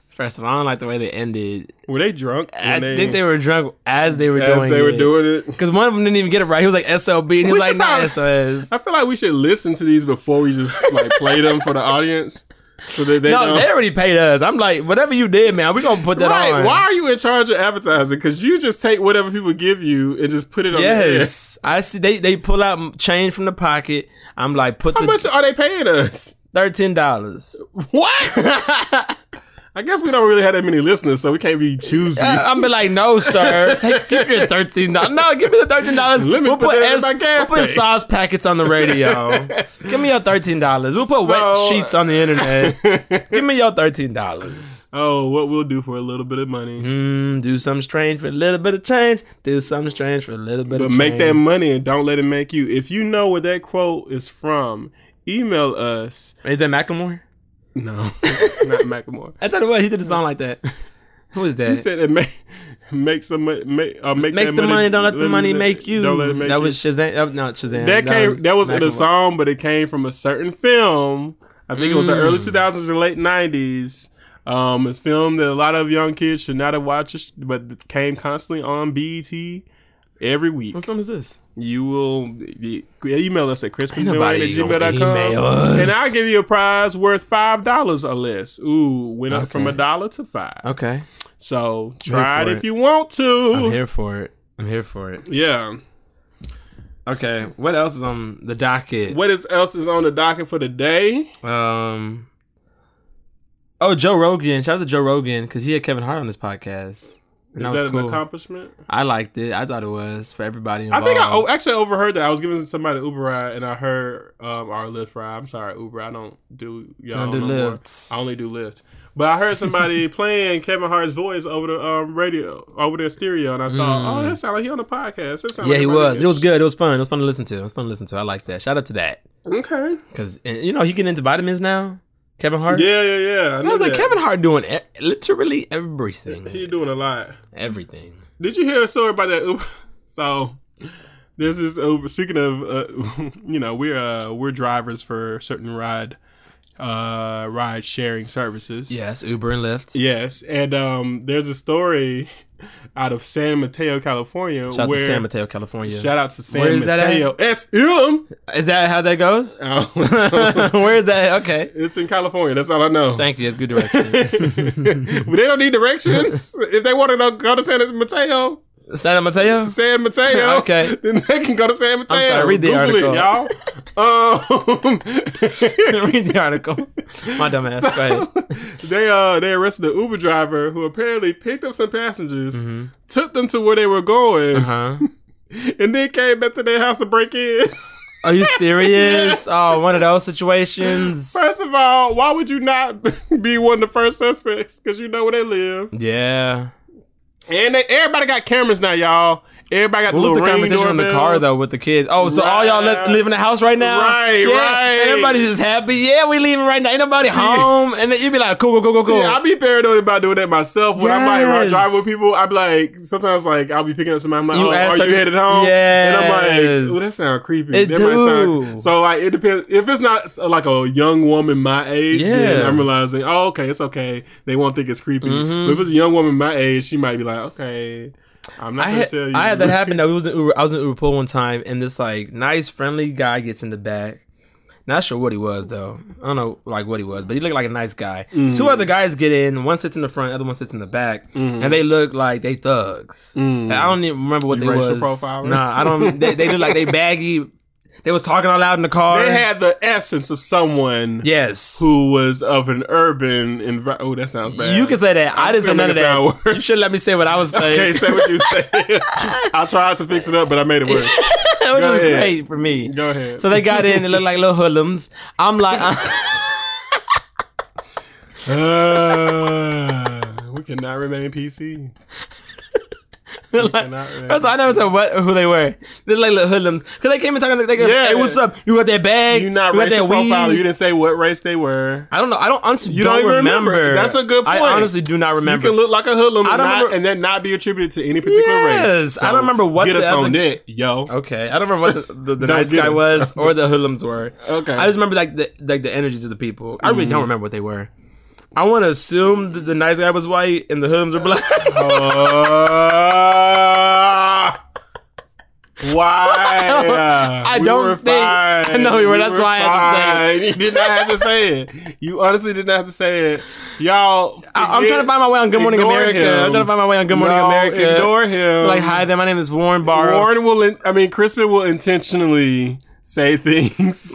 A: First of all, I don't like the way they ended.
B: Were they drunk? when
A: I think they were drunk as they were
B: as
A: doing
B: they were
A: it.
B: doing it.
A: Because one of them didn't even get it right. He was like SLB, and he
B: We
A: was like,
B: should
A: not
B: probably-
A: SOS.
B: I feel like we should listen to these before we just like play them for the audience, so that they
A: No,
B: know.
A: they already paid us. I'm like, whatever you did, man, we're going to put that
B: Right?
A: on.
B: Why are you in charge of advertising? Because you just take whatever people give you and just put it on. the air.
A: Yes. I see. They, they pull out change from the pocket. I'm like, put
B: How
A: the
B: much are they paying us?
A: $13.
B: What? I guess we don't really have that many listeners, so we can't be choosy.
A: I'm be like, no, sir. Take, give me the thirteen dollars. No, give me the thirteen dollars.
B: Let me put that in my gas
A: We'll put
B: tank.
A: sauce packets on the radio. give me your thirteen dollars. We'll put
B: So-
A: wet sheets on the internet. give me your thirteen dollars.
B: oh, what we'll do for a little bit of money,
A: Mm, do something strange for a little bit of change. Do something strange for a little bit
B: but
A: of
B: make
A: change.
B: that money and don't let it make you. If you know where that quote is from, email us.
A: Is that Macklemore?
B: No, not Macklemore.
A: I thought it was. He did a song like that. Who is
B: He
A: that?
B: said that make make some money, make, uh, make,
A: Make
B: that
A: the money,
B: money,
A: don't let the money
B: it-
A: make you.
B: Don't let it make
A: that
B: you.
A: was Shazam. Oh, no, Shazam.
B: that came that was in a
A: Macklemore.
B: song, but it came from a certain film. I think it was the
A: Mm.
B: early two thousands or late nineties. Um, it's a film that a lot of young kids should not have watched, but it came constantly on BET every week.
A: What film is this?
B: You will y- email us at crispinbilly
A: nobody
B: at
A: gonna
B: gmail.com.
A: email us.
B: And I'll give you a prize worth five dollars or less. Ooh, went up from a
A: Okay.
B: dollar to five.
A: Okay,
B: So try it
A: for
B: if
A: it.
B: you want to.
A: I'm here for it. I'm here for it.
B: Yeah.
A: Okay, what else is on the docket?
B: What is else is on the docket for the day?
A: Um. Oh, Joe Rogan! Shout out to Joe Rogan because he had Kevin Hart on this podcast, and that
B: Is that
A: was cool.
B: an accomplishment?
A: I liked it. I thought it was for everybody
B: I
A: involved.
B: think I oh, actually overheard that. I was giving somebody an Uber ride and I heard um our Lyft ride. I'm sorry, Uber. I don't do y'all
A: Don't do
B: no more.
A: Lyfts.
B: I only do Lyft. But I heard somebody playing Kevin Hart's voice over the um radio over their stereo and I thought, oh, that sounded like he on the podcast. That sound
A: Mm. yeah,
B: like
A: he
B: somebody
A: was.
B: good.
A: It was good. It was fun. It was fun to listen to. It was fun to listen to. I like that. Shout out to that
B: Okay.
A: because you know he getting into vitamins now. Kevin Hart.
B: Yeah, yeah, yeah. I,
A: And I
B: knew
A: was like
B: that.
A: Kevin Hart doing e- literally everything.
B: He doing a lot.
A: everything.
B: Did you hear a story about that? Uber? So this is Uber. Speaking of, uh, you know, we're uh, we're drivers for certain ride uh, ride sharing services.
A: Yes, Uber and Lyft.
B: Yes, and um, there's a story out of San Mateo, California,
A: Shout out
B: where
A: to San Mateo, California.
B: shout out to San
A: Where is that at?
B: Mateo, SM.
A: Is that how that goes?
B: Oh,
A: Where is that? Okay.
B: it's in California. That's all I know.
A: Thank you. That's good direction.
B: but they don't need directions. if they want to go to San Mateo,
A: San Mateo.
B: San Mateo.
A: Okay.
B: Then they can go to San Mateo.
A: sorry, read the
B: Google it, y'all. Um,
A: Read the article. My dumb ass. Go ahead.
B: they uh they arrested the Uber driver who apparently picked up some passengers,
A: Mm-hmm.
B: took them to where they were going,
A: Huh?
B: and then came back to their house to break in.
A: Are you serious? Oh, one of those situations.
B: First of all, why would you not be one of the first suspects? Because you know where they live,
A: Yeah.
B: and they, everybody got cameras now, y'all. Everybody got
A: What was
B: little
A: the
B: ring
A: conversation in the car
B: doorbells.
A: though with the kids? Oh, so all y'all
B: Right.
A: let, live in the house right now?
B: Right,
A: yeah.
B: right.
A: And everybody's just happy. Yeah, we leaving right now. Ain't nobody home. And then you'd be like, cool, cool, cool, cool,
B: See, I
A: cool.
B: be paranoid about doing that myself. When I'm like
A: Yes.
B: drive with people, I'm like sometimes like I'll be picking up somebody. I'm like,
A: You
B: oh,
A: ask
B: are you
A: her-
B: headed home? And I'm
A: Yes.
B: like, oh, that sounds creepy.
A: It
B: that might
A: do.
B: sound so like it depends. If it's not uh, like a young woman my age, then
A: Yeah. Mm-hmm.
B: I'm realizing, oh, okay, it's okay. They won't think it's creepy. But if it's a young woman my age, she might be like, okay, I'm not
A: I
B: gonna
A: had,
B: tell you.
A: I had that happen though. We was in Uber, I was in Uber pool one time, and this like nice, friendly guy gets in the back. Not sure what he was though. I don't know like what he was, but he looked like a nice guy.
B: Mm.
A: Two other guys get in. One sits in the front, other one sits in the back,
B: Mm-hmm.
A: and they look like they thugs. And I don't even remember what
B: Mm. You
A: they
B: racial
A: was.
B: profiling?
A: Nah, I don't. They, they look like they baggy. They was talking all loud in the car.
B: They had the essence of someone
A: yes.
B: who was of an urban environment. Oh, that sounds bad.
A: You can say that. I
B: I'm
A: didn't say
B: gonna
A: none of
B: make it
A: that.
B: sound worse.
A: You should let me say what I was saying.
B: Okay, say what you say. I tried to fix it up, but I made it worse.
A: which
B: go
A: was
B: ahead.
A: great for me.
B: Go ahead.
A: So they got in. They looked like little hoodlums. I'm like.
B: Uh, we cannot remain PC.
A: like,
B: cannot really-
A: that's why I never said what who they were. They're like little hoodlums because they came in talking. They go,
B: Yeah.
A: "Hey, what's up? You got that bag?
B: You not
A: you got
B: racial
A: that weed?"
B: profile. You didn't say what race they were.
A: I don't know. I don't honestly
B: You
A: don't,
B: don't, even remember.
A: remember.
B: That's a good point.
A: I honestly do not
B: You
A: remember.
B: can look like a hoodlum and,
A: don't
B: not,
A: remember-
B: and then not be attributed to any particular race.
A: Yes, I don't remember what
B: Get
A: the
B: us
A: other-
B: on that, yo.
A: okay, I don't remember what the, the, the
B: Don't
A: nice
B: get
A: guy
B: us.
A: was or the hoodlums were.
B: Okay. Mm-hmm.
A: I just remember like the like the energies of the people. I really don't remember what they were. I want to assume that the nice guy was white and the hoodlums were black.
B: Uh, why?
A: I don't think- I know we were. That's why I had
B: to say it. You did not have to say it. You honestly did not have to say it. Y'all.
A: I, am trying to find my way on Good Morning
B: Ignore
A: America.
B: him.
A: I'm trying to find my way on Good Morning
B: no,
A: America.
B: Ignore him.
A: Like, hi there, my name is Warren Barrow.
B: Warren will. In, I mean, Crispin will intentionally say things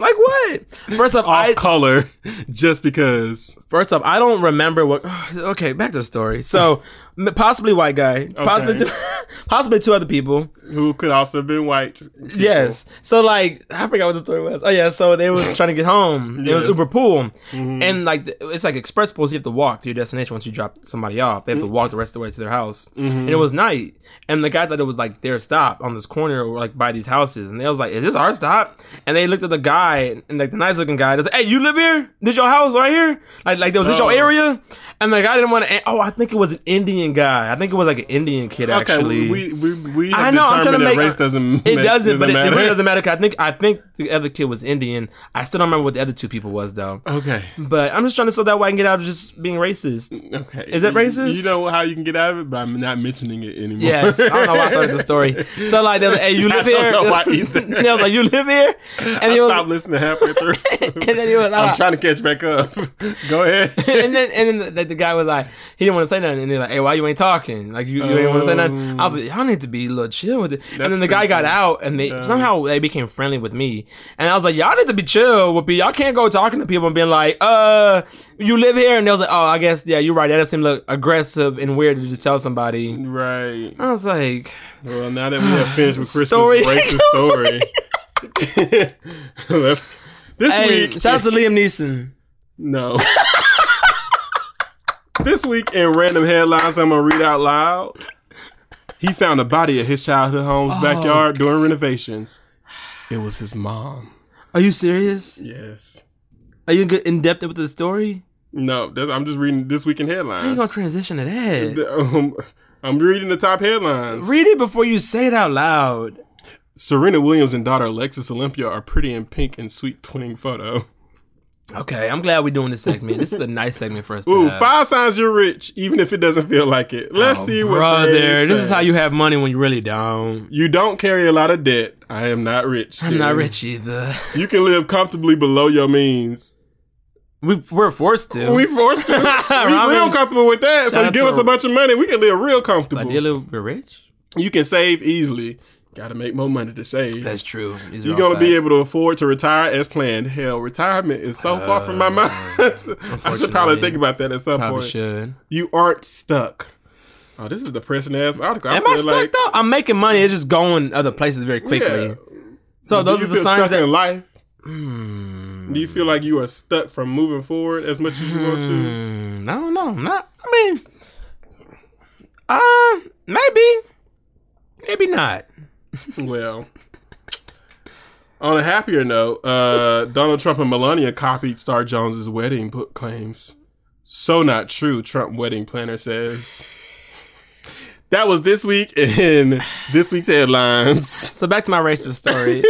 A: Like what? First off,
B: off
A: I
B: color just because.
A: first off I don't remember what. Okay, back to the story. So m- possibly white guy, possibly
B: Okay.
A: two, possibly two other people.
B: Who could also have been white?
A: Yes. So like I forgot what the story was. Oh yeah. So they was trying to get home. It was
B: Yes. Mm-hmm.
A: Uber Pool, and like the- it's like express pools. You have to walk to your destination once you drop somebody off. They have to
B: Mm-hmm.
A: walk the rest of the way to their house. And it was night, and the guy thought it was like their stop on this corner or like by these houses. And they was like, "Is this our stop?" And they looked at the guy and like the nice looking guy. They was like, "Hey, you live here? This your house right here? Like like was this
B: Oh.
A: your area?" And the guy didn't want to. Oh, I think it was an Indian guy. I think it was like an Indian kid
B: Okay,
A: actually.
B: we we we have
A: I know, I'm
B: determined
A: trying to
B: that
A: make-
B: race doesn't.
A: It
B: make-
A: doesn't, but it, it
B: matter.
A: really doesn't matter. 'cause I think I think the other kid was Indian. I still don't remember what the other two people was though.
B: Okay.
A: But I'm just trying to so that way I can get out of just being racist.
B: Okay.
A: Is that
B: You-
A: racist?
B: You know how you can get out of it, but I'm not mentioning it anymore.
A: Yes, I don't know why I started the story. So like, they was like, hey, you
B: I
A: live
B: don't
A: here?
B: know why either.
A: they was like, you live here? And
B: I
A: he was,
B: stopped listening halfway through.
A: And then he was uh,
B: I'm
A: like-
B: trying to catch back up. Go ahead.
A: and then and then the, the guy was like, he didn't want to say nothing. And they're like, hey, why you ain't talking? Like you, you ain't want to say nothing. I was like, y'all need to be a little chill with it.
B: That's
A: and then the guy
B: pretty
A: got out, and they somehow they became friendly with me. And I was like, y'all need to be chill with me. Y'all can't go talking to people and being like, uh, you live here. And they was like, oh, I guess yeah, you're right. That does seem look aggressive and weird to just tell somebody.
B: Right.
A: I was like,
B: Well, now that we have finished with Christmas
A: Story.
B: racist story, let's. This
A: hey,
B: week,
A: shout out to Liam Neeson.
B: No. this week in random headlines, I'm gonna read out loud. He found a body at his childhood home's
A: Oh,
B: backyard during renovations. It was his mom.
A: Are you serious?
B: Yes.
A: Are you good- in depth with the story?
B: No, that's, I'm just reading this week in
A: I'm gonna
B: headlines.
A: transition to that.
B: The- um, I'm reading the top headlines.
A: Read it before you say it out loud.
B: Serena Williams and daughter Alexis Olympia are pretty in pink and sweet twinning photo.
A: Okay, I'm glad we're doing this segment. This is a nice segment for us to
B: Ooh,
A: have.
B: five signs you're rich, even if it doesn't feel like it. Let's
A: Oh,
B: see what
A: brother.
B: they
A: This
B: say.
A: is how you have money when you really don't.
B: You don't carry a lot of debt. I am not rich.
A: I'm
B: dude.
A: not rich either.
B: You can live comfortably below your means.
A: We, we're forced to.
B: We forced to.
A: Ramen.
B: we real comfortable with that. So
A: Shout
B: you
A: out
B: give
A: to-
B: us a bunch of money, we can live real comfortable.
A: Ideally, we're rich.
B: You can save easily. Got to make more money to save.
A: That's true. These are
B: You're
A: all
B: gonna be
A: facts.
B: able to afford to retire as planned. Hell, retirement is so far from my mind. I should probably
A: Uh, unfortunately,
B: think about that at some
A: Probably
B: point.
A: should.
B: You aren't stuck. Oh, this is depressing ass article.
A: Am I
B: feel
A: stuck
B: like-
A: though? I'm making money. It's just going other places very quickly.
B: Yeah.
A: So Oh, those
B: Do
A: are
B: you
A: the
B: feel
A: signs
B: stuck
A: that. Hmm.
B: in life? Do you feel like you are stuck from moving forward as much as you want to?
A: Mm, I don't know. I'm Not. I mean, uh, maybe, maybe not. Hmm.
B: Well, on a happier note, uh, Donald Trump and Melania copied Star Jones's wedding book claims. So not true, Trump wedding planner says. That was this week in this week's headlines.
A: So back to my racist story.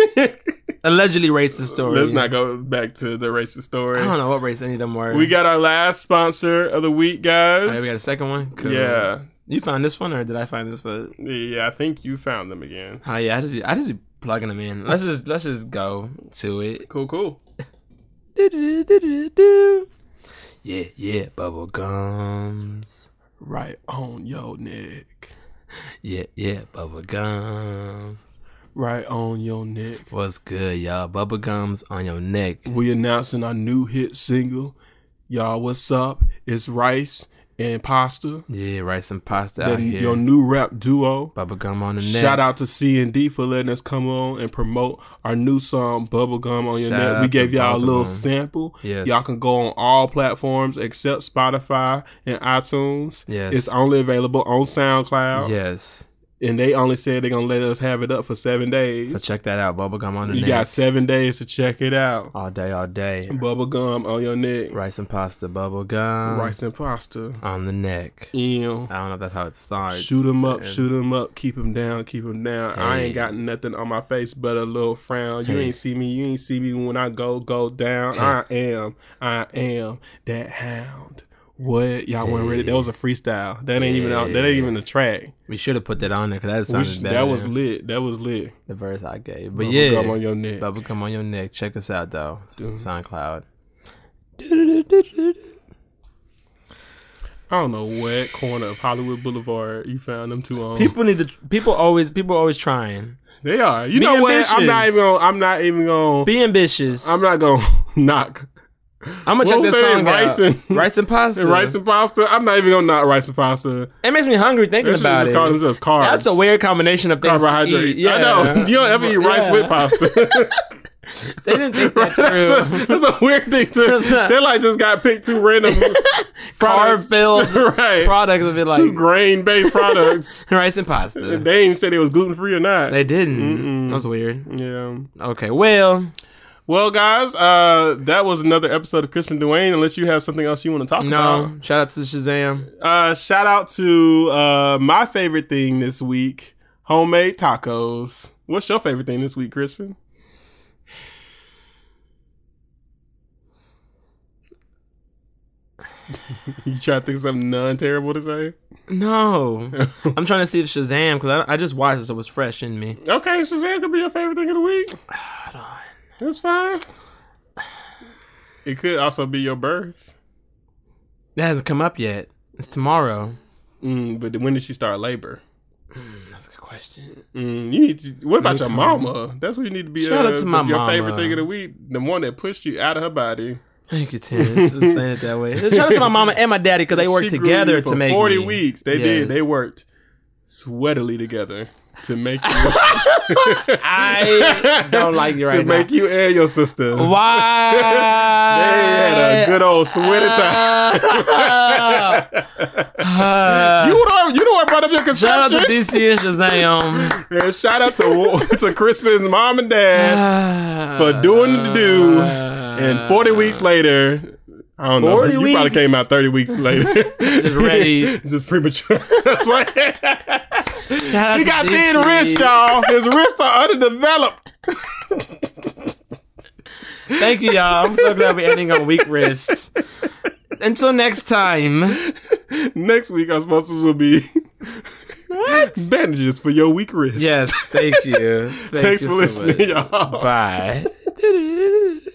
A: Allegedly racist story.
B: Let's not go back to the racist
A: I
B: story.
A: don't know what race any of them were.
B: We got our last sponsor of the week,
A: Hey, we got a
B: guys.
A: second one. Cool.
B: Yeah,
A: You found this one, or did I find this one?
B: yeah. I think you found them again.
A: Oh yeah, I just be, I just be plugging them in. Let's just let's just go to it.
B: Cool, cool.
A: Do-do-do-do-do-do. Yeah, yeah, bubble gums.
B: Right on your neck.
A: Yeah, yeah, bubble gum.
B: Right on your neck.
A: What's good, y'all? Bubble gums on your neck.
B: We announcing our new hit single. Y'all, what's up? It's Rice and Pasta.
A: Yeah, rice and pasta out
B: And
A: here.
B: your new rap duo.
A: Bubble gum on the neck.
B: Shout out to C and D for letting us come on and promote our new song "Bubblegum on Your
A: Shout
B: Neck."
A: out
B: We
A: to
B: gave y'all a
A: both of
B: little
A: them.
B: sample.
A: Yes.
B: Y'all can go on all platforms except Spotify and iTunes.
A: Yes.
B: It's only available on SoundCloud.
A: Yes.
B: and they only said they're gonna let us have it up for seven days.
A: So check that out. Bubblegum on the Oh,
B: you
A: neck.
B: got seven days to check it out.
A: all day, all day.
B: Bubble gum on your neck,
A: Rice and pasta, bubblegum.
B: rice and pasta.
A: on the neck.
B: Ew.
A: I don't know if that's how it starts.
B: Shoot him up,
A: It
B: shoot him up, keep him down, keep him down. I
A: Hey.
B: ain't got nothing on my face but a little frown. You
A: Hey.
B: ain't see me, you ain't see me when I go, go down. I am, I am that hound. What y'all weren't ready? That was a freestyle. That ain't even out. That ain't even a track.
A: We should have put that on there because that
B: We
A: sounded
B: sh-
A: better.
B: that was
A: than
B: lit. That was lit.
A: the verse I gave. But
B: Bubble
A: yeah,
B: gum on your neck.
A: bubblegum on your neck. Check us out though. It's SoundCloud.
B: I don't know what corner of Hollywood Boulevard you found them two on.
A: People need to. People always. People always trying.
B: they are. You
A: Be
B: know what? I'm not
A: ambitious.
B: even. Gonna, I'm not even gonna.
A: Be ambitious.
B: I'm not gonna knock
A: I'm gonna check
B: what was
A: that
B: that?
A: song
B: Rice
A: out.
B: and-
A: rice and pasta.
B: rice and pasta. I'm not even gonna knock rice and pasta.
A: it makes me hungry thinking
B: They should
A: about
B: just
A: it.
B: call themselves carbs.
A: That's a weird combination of things. to eat.
B: carbohydrates.
A: Yeah,
B: I know. You don't ever eat rice
A: Yeah.
B: with pasta.
A: They didn't think that
B: that's,
A: through.
B: a, that's a weird thing to.
A: That's not-
B: They like just got picked two random products.
A: Carb-filled
B: right?
A: Products of it
B: two
A: like
B: grain based products.
A: rice and pasta.
B: they even said it was gluten free or not.
A: They didn't. That was weird.
B: yeah.
A: Okay, well,
B: Well, guys, uh, that was another episode of Crispin Dwayne. Unless you have something else you want to talk about.
A: no. Shout out to Shazam.
B: Uh, shout out to uh, my favorite thing this week: homemade tacos. What's your favorite thing this week, Crispin? you try to think of something non-terrible to say?
A: No, I'm trying to see if Shazam because I, I just watched it, so it was fresh in me.
B: Okay, Shazam could be your favorite thing of the week. That's fine. It could also be your birth.
A: That hasn't come up yet. It's tomorrow.
B: Mm, but when did she start labor?
A: That's a good question.
B: Mm, you need to, what about
A: Let
B: your
A: me
B: mama? That's what you need to be.
A: Shout
B: uh,
A: out to my
B: your
A: mama.
B: favorite thing of the week, the one that pushed you out of her body.
A: Thank you, Terrence, for saying it that way. Shout out to my mama and my daddy because they worked
B: She grew you
A: together
B: for
A: to make
B: forty
A: me.
B: weeks. They did. They
A: Yes.
B: worked sweatily together to make you
A: I don't like you
B: to
A: right now.
B: make you and your sister.
A: Why?
B: They had a good old sweaty time.
A: Uh, time.
B: You the one- you the one brought up your
A: Uh, Shout out to
B: conception.
A: DC and Shazam.
B: And shout out to to Crispin's mom and dad
A: for
B: for doing the do.
A: Uh,
B: And forty weeks later, I don't know.
A: 40
B: You probably
A: weeks?
B: came out thirty weeks later.
A: Just ready.
B: just premature. That's right.
A: Shout out
B: He
A: to
B: got
A: DC.
B: thin wrists, y'all. His wrists are underdeveloped.
A: Thank you, y'all. I'm so glad we're ending on weak wrists. Until next time.
B: Next week, our sponsors will be
A: What?
B: bandages for your weak wrist.
A: Yes, thank you. Thank
B: Thanks
A: you
B: for
A: so
B: listening,
A: much.
B: y'all.
A: Bye.